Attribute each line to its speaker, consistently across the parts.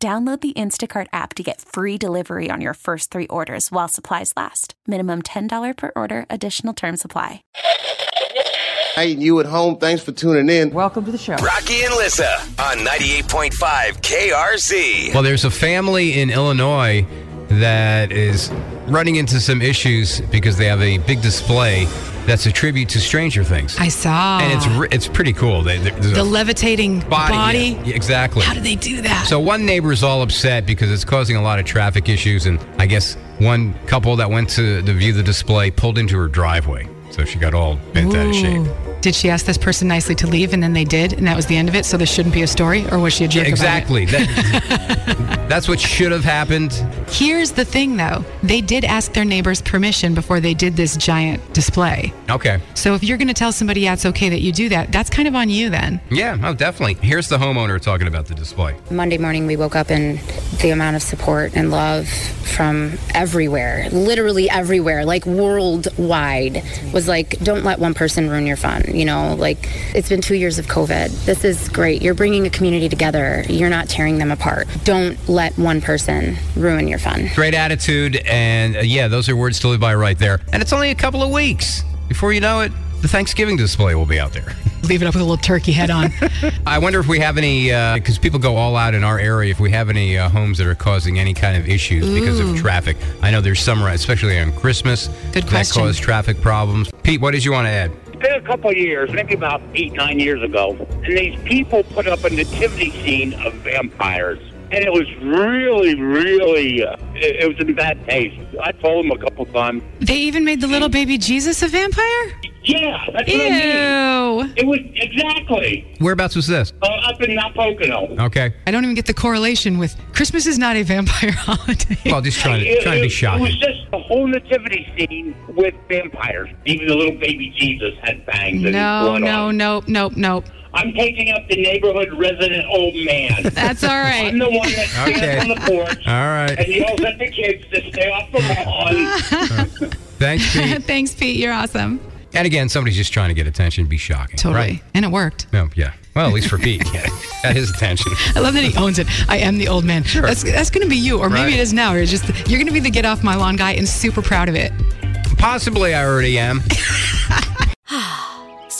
Speaker 1: Download the Instacart app to get free delivery on your first three orders while supplies last. Minimum $10 per order, additional term supply.
Speaker 2: Hey, you at home, thanks for tuning in.
Speaker 3: Welcome to the show.
Speaker 4: Rocky and Lissa on 98.5 KRZ.
Speaker 5: Well, there's a family in Illinois that is running into some issues because they have a big display that's a tribute to Stranger Things.
Speaker 3: I saw.
Speaker 5: and it's re- it's pretty cool. They, there's a
Speaker 3: the levitating body.
Speaker 5: body. Yeah, yeah, exactly.
Speaker 3: How do they do that?
Speaker 5: So one neighbor is all upset because it's causing a lot of traffic issues, and I guess one couple that went to, to view the display pulled into her driveway, so she got all bent out of shape.
Speaker 3: Ooh. Did she ask this person nicely to leave and then they did and that was the end of it? So this shouldn't be a story or was she a jerk? about it?
Speaker 5: Exactly. That- that's what should have happened.
Speaker 3: Here's the thing though. They did ask their neighbors permission before they did this giant display.
Speaker 5: Okay.
Speaker 3: So if you're going to tell somebody yeah, it's okay that you do that, that's kind of on you then.
Speaker 5: Yeah. Oh, definitely. Here's the homeowner talking about the display.
Speaker 6: Monday morning, we woke up and the amount of support and love from everywhere, literally everywhere, like worldwide, was like, don't let one person ruin your fun. You know, like it's been two years of COVID. This is great. You're bringing a community together, you're not tearing them apart. Don't let one person ruin your fun.
Speaker 5: Great attitude, and uh, yeah, those are words to live by right there. And it's only a couple of weeks before you know it. The Thanksgiving display will be out there.
Speaker 3: Leave it up with a little turkey head on.
Speaker 5: I wonder if we have any, because people go all out in our area, if we have any uh, homes that are causing any kind of issues because of traffic. I know there's some, right, especially on Christmas,
Speaker 3: Good
Speaker 5: that
Speaker 3: question.
Speaker 5: cause traffic problems. Pete, what did you want to add?
Speaker 7: been a couple of years, maybe about eight, nine years ago, and these people put up a nativity scene of vampires. And it was really, really, uh, it, it was in bad taste. I told them a couple times,
Speaker 3: they even made the little baby Jesus a vampire?
Speaker 7: yeah, that's what I mean.
Speaker 3: Ew.
Speaker 7: It was exactly
Speaker 5: Whereabouts was this?
Speaker 7: uh, up in Mount Pocono.
Speaker 5: Okay.
Speaker 3: I don't even get the correlation with Christmas is not a vampire holiday.
Speaker 5: Well, just trying to,
Speaker 7: It-
Speaker 5: trying to be
Speaker 7: it- It was
Speaker 5: shocking.
Speaker 7: just a whole nativity scene with vampires. Even the little baby Jesus had fangs. and
Speaker 3: No,
Speaker 7: blood
Speaker 3: no,
Speaker 7: on.
Speaker 3: no, no, no.
Speaker 7: I'm taking up the neighborhood resident old man.
Speaker 3: That's all right.
Speaker 7: I'm the one that stands
Speaker 5: Okay.
Speaker 7: on the porch
Speaker 5: All
Speaker 7: and
Speaker 5: right.
Speaker 7: yells at the kids to stay off the lawn.
Speaker 5: Thanks, Pete.
Speaker 3: Thanks, Pete. You're awesome.
Speaker 5: and again, somebody's just trying to get attention, be shocking.
Speaker 3: Totally.
Speaker 5: Right?
Speaker 3: And it worked.
Speaker 5: No, yeah. Well, at least for Pete. Yeah. Got his attention.
Speaker 3: I love that he owns it. I am the old man. Sure. That's, that's going to be you, or
Speaker 5: Right.
Speaker 3: maybe it is now. Or it's just you're going to be the get off my lawn guy, and super proud of it.
Speaker 5: Possibly I already am.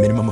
Speaker 8: Minimum